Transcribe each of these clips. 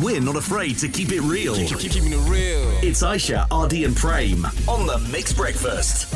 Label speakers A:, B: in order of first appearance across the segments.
A: We're not afraid to keep it real.
B: Keep- Keeping it real.
A: It's Aisha, RD, and Prame on the Mixed Breakfast.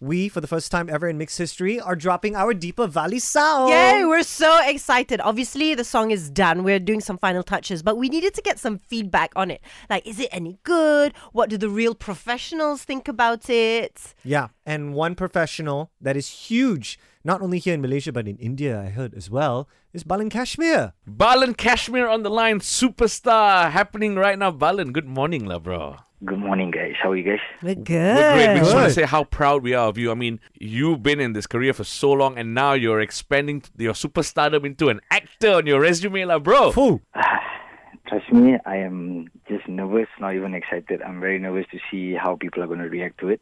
C: We, for the first time ever in mixed history, are dropping our Deepa Valley sound.
D: Yay, we're so excited. Obviously, the song is done. We're doing some final touches, but we needed to get some feedback on it. Like, is it any good? What do the real professionals think about it?
C: Yeah, and one professional that is huge, not only here in Malaysia but in India, I heard as well, is Balin Kashmir.
E: Balan Kashmir on the line, superstar happening right now. Balan, good morning, la bro.
F: Good morning, guys. How are you guys?
D: We're good.
E: We're great. We just want to
C: Good.
E: say how proud we are of you. I mean, you've been in this career for so long, and now you're expanding your superstardom into an actor on your resume, la bro.
C: Phew.
F: Trust me, I am just nervous, not even excited. I'm very nervous to see how people are going to react to it.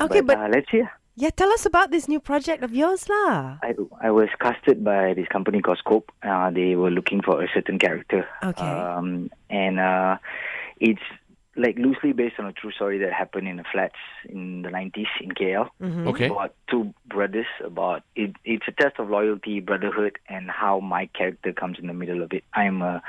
D: Okay, but-
F: uh, let's see.
D: Yeah, tell us about this new project of yours, lah.
F: I, I was casted by this company called Scope. Uh, they were looking for a certain character.
D: Okay.
F: Um, and uh, it's like loosely based on a true story that happened in the flats in the 90s in KL.
E: Mm-hmm. Okay.
F: About two brothers. About it, it's a test of loyalty, brotherhood, and how my character comes in the middle of it. I'm a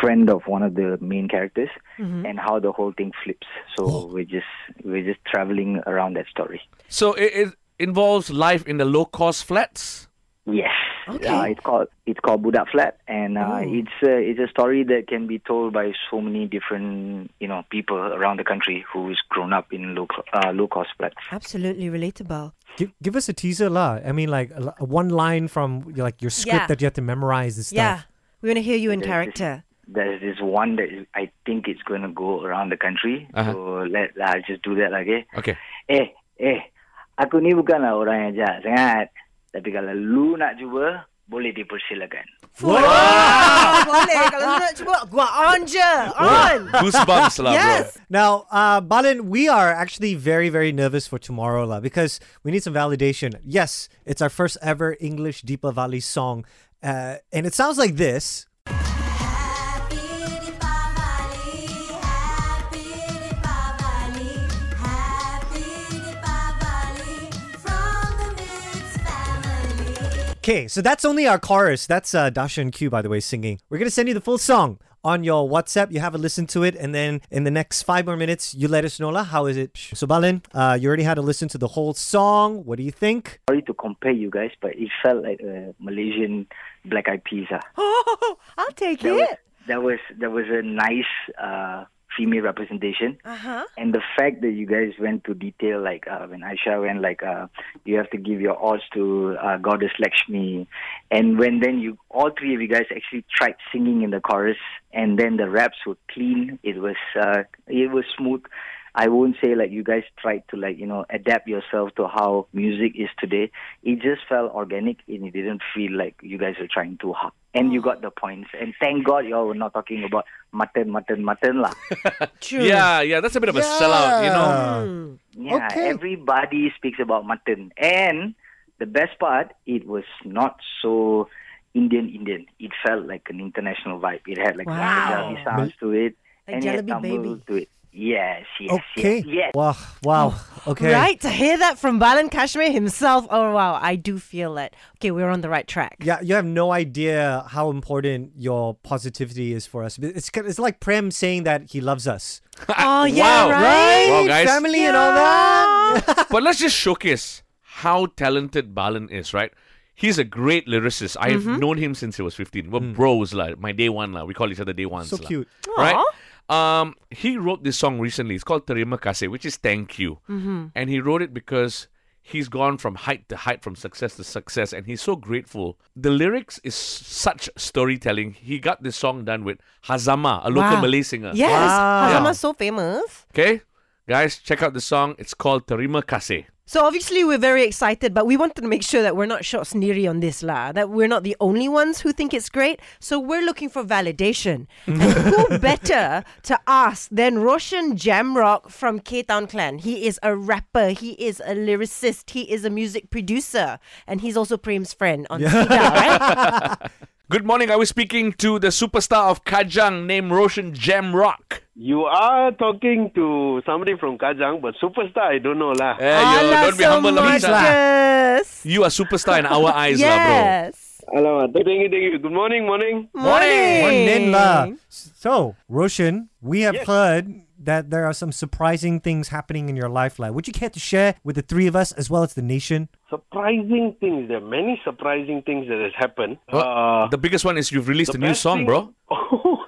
F: friend of one of the main characters, and how the whole thing flips. So we're just we're just traveling around that story.
E: So it, it involves life in the low cost flats.
F: Yes.
D: Okay.
F: Uh, it's called it's called Buddha Flat, and uh, it's a, it's a story that can be told by so many different you know people around the country who's grown up in low co- uh, low cost flats.
D: Absolutely relatable.
C: Give, give us a teaser, la. I mean, like l- one line from like your script
D: Yeah.
C: that you have to memorize and stuff.
D: Yeah, we want to hear you in
F: There's
D: character.
F: This, there's this one that is, I think it's going to go around the country.
E: Uh-huh.
F: So let I just do that lagi.
E: Okay.
F: Eh eh, aku ni bukanlah orang yang jahat sangat, tapi kalau lu nak cuba boleh dipersilakan.
D: Wah! Boleh kalau nak cuba, gua on je, on.
E: Goosebumps, la bro.
D: Yes.
C: Now, uh, Balin, we are actually very, very nervous for tomorrow, la, because we need some validation. Yes, it's our first ever English Deepa Valley song, uh, and it sounds like this. Okay, so that's only our chorus. That's uh, Dasha and Q, by the way, singing. We're gonna send you the full song on your WhatsApp. You have a listen to it, and then in the next five more minutes, you let us know lah. How is it? So Balin, uh, you already had a listen to the whole song. What do you think?
F: Sorry to compare you guys, but it felt like a Malaysian Black Eyed Peas. ah.
D: Oh, I'll take
F: there was,
D: it.
F: there was there was a nice uh, female representation,
D: Uh huh.
F: and the fact that you guys went to detail, like uh, when Aisha went, like uh, you have to give your odds to uh, Goddess Lakshmi, and when then you all three of you guys actually tried singing in the chorus, and then the raps were clean. It was uh, it was smooth. I won't say like you guys tried to like you know adapt yourself to how music is today. It just felt organic and it didn't feel like you guys were trying too hard. And you got the points. And thank God y'all were not talking about mutton, mutton, mutton lah.
D: True.
E: Yeah, yeah, that's a bit of a sellout, you know.
F: Yeah,
C: Okay.
F: everybody speaks about mutton. And the best part, it was not so Indian Indian. It felt like an international vibe. It had like
D: Wow.
F: Punjabi sounds to it.
D: Like
F: and it had
D: Jalebi
F: Tamil
D: Baby.
F: to it. Yes, yes,
C: Okay.
F: Mm. yes, yes. Oh,
C: Wow. Wow. Okay.
D: Right to hear that from Balan Kashmir himself. Oh wow, I do feel it. Okay, we're on the right track.
C: Yeah, you have no idea how important your positivity is for us. It's ki- it's like Prem saying that he loves us,
D: Oh yeah,
E: Wow.
D: right.
E: Wow, guys.
C: family, and all that.
E: But let's just showcase how talented Balan is, right? He's a great lyricist. I've
D: Mm-hmm.
E: known him since he was 15. We're bros, la, my day one. La. We call each other day ones.
C: so
E: lah.
C: cute.
E: Right? Um, he wrote this song recently. It's called Terima Kasih, which is thank you.
D: Mm-hmm.
E: And he wrote it because he's gone from height to height, from success to success, and he's so grateful. The lyrics is such storytelling. He got this song done with Hazama, a local
D: Wow.
E: Malay singer.
D: Yes,
C: Wow.
D: Hazama's so famous.
E: Okay? Guys, check out the song. It's called Terima Kasih.
D: So obviously we're very excited, but we wanted to make sure that we're not short sneery on this lah. That we're not the only ones who think it's great. So we're looking for validation. and who better to ask than Roshan Jamrock from K Town Clan? He is a rapper, he is a lyricist, he is a music producer, and he's also Prem's friend on Sida, right?
E: Good morning. Are we speaking to the superstar of Kajang named Roshan Jamrock?
G: You are talking to somebody from Kajang, but superstar, I don't know lah.
E: Eh, yo,
D: Allah,
E: don't be
D: so
E: humble, Lamisa.
D: modest.
E: You are superstar in our eyes, lah, bro.
D: Yes.
G: Alamak. Thank you, thank you. Good morning, morning.
D: Morning.
C: Morning, la. So, Roshan, we have heard that there are some surprising things happening in your life. Like, would you care to share with the three of us as well as the nation?
G: Surprising things. There are many surprising things that has happened.
E: Well, the biggest one is you've released a new
G: Uh, best
E: song,
G: thing-
E: bro.
G: Oh,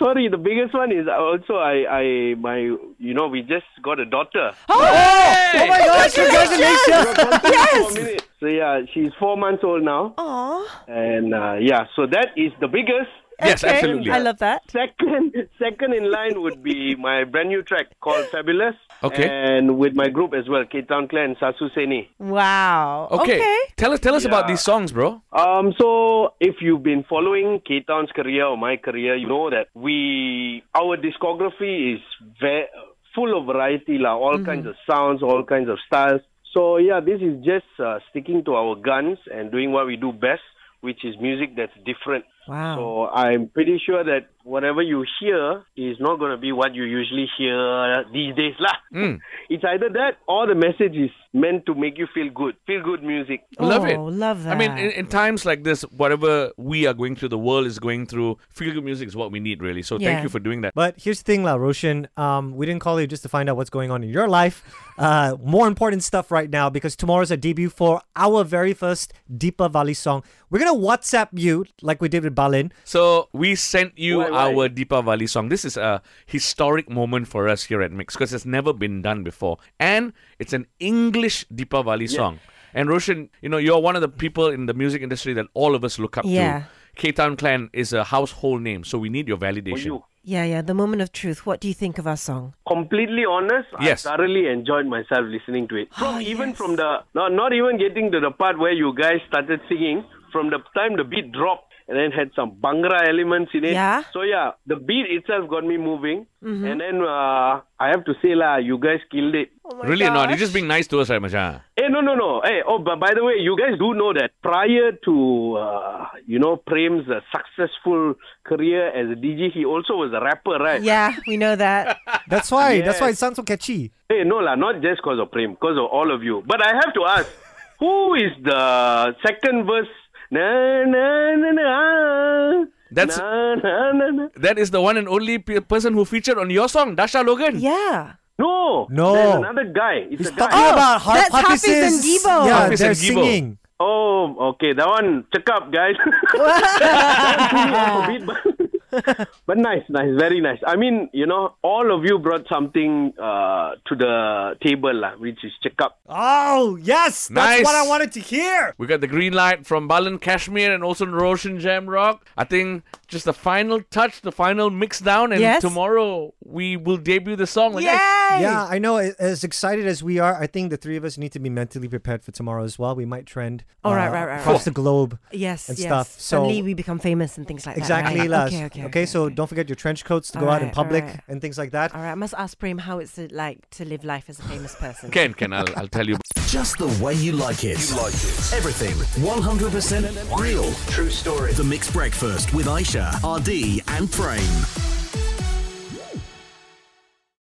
G: sorry. The biggest one is also I, I, my, you know, we just got a daughter.
C: Oh my gosh, congratulations!
G: yes. So yeah, she's four months old now,
D: Aww.
G: and uh, yeah, so that is the biggest.
E: Yes, absolutely.
D: I love that.
G: Second, second in line would be my brand new track called Fabulous.
E: Okay.
G: And with my group as well, Cape Town Clan, Sasu Seni.
D: Wow.
E: Okay. Tell us tell us about
G: Yeah.
E: these songs, bro.
G: Um, so if you've been following Cape Town's career or my career, you know that we our discography is ve- full of variety, lah. All kinds of sounds, all kinds of styles. So yeah, this is just uh, sticking to our guns and doing what we do best, which is music that's different.
D: Wow.
G: So I'm pretty sure that whatever you hear is not going to be what you usually hear these days, lah. It's either that or the message is meant to make you feel good, feel good music.
E: Love
D: Oh,
E: it.
D: love
E: I mean,
D: that.
E: in, in times like this, whatever we are going through, the world is going through, feel good music is what we need, really. So
D: Yeah.
E: thank you for doing that.
C: But here's the thing, La Roshan. Um, we didn't call you just to find out what's going on in your life. Uh, more important stuff right now because tomorrow's our debut for our very first Deepa Valley song. We're gonna WhatsApp you like we did with Balin.
E: So we sent you
G: Why, why?
E: our Deepavali song. This is a historic moment for us here at Mix because it's never been done before, and it's an English Deepavali song. And Roshan, you know, you're one of the people in the music industry that all of us look up
D: Yeah.
E: to. K Town Clan is a household name, so we need your validation.
G: Oh, you.
D: yeah, yeah. The moment of truth. What do you think of our song?
G: completely honest,
E: Yes.
G: I thoroughly enjoyed myself listening to it. From
D: Oh,
G: even
D: yes.
G: from the not not even getting to the part where you guys started singing, from the time the beat dropped and then had some bangra elements in it.
D: Yeah. Mm-hmm.
G: So yeah, the beat itself got me moving, and then uh, I have to say lah, you guys killed it.
E: really not. You're just being nice to us, right, Macha?
G: Hey, no, no, no. Hey, oh, but by the way, you guys do know that prior to, uh, you know, Prem's uh, successful career as a DJ, he also was a rapper, right?
D: Yeah, we know that.
C: That's why. That's why it
G: Yes.
C: sounds so catchy.
G: Hey, no lah, not just because of Prem, because of all of you. But I have to ask, who is the second verse? Na na na na.
E: That's-
G: na, na, na, na.
E: That is the one and only pe- person who featured on your song, Dasha Logan.
D: Yeah.
G: no.
C: No.
G: There's another guy. It's
C: He's
G: a guy.
C: talking about Har-
D: that's Hafiz and
C: Hafiz's-
D: Gibo.
C: Yeah,
E: Hafiz
C: they're
E: and Gibo.
C: singing.
G: Oh, okay. That one. Check up, guys. but nice, nice, very nice. I mean, you know, all of you brought something uh, to the table, lah, which is check up.
C: Oh yes, that's
E: Nice.
C: what I wanted to hear.
E: We got the green light from Balan Kashmir and also Roshan Jamrock. I think just the final touch, the final mix down, and
D: Yes.
E: tomorrow we will debut the song. Like,
D: Yay!
E: hey,
C: Yeah, I know. a- As excited as we are, I think the three of us need to be mentally prepared for tomorrow as well. We might trend uh,
D: Oh, right, right, right, right.
C: across the globe.
D: Yes,
C: And
D: yes.
C: stuff. So-
D: Suddenly we become famous and things like
C: Exactly,
D: that. right?
C: Laz.
D: Okay, okay, okay,
C: so
D: okay.
C: don't forget your trench coats to go out in
D: Alright,
C: public
D: alright.
C: and things like that.
D: All right, I must ask Prem how it's uh, like to live life as a famous person.
E: Ken, Ken, I'll, I'll tell you.
A: Just the way you like it. You like it. Everything 100% real. True story. The Mixed Breakfast with Aisha, RD, and Prane.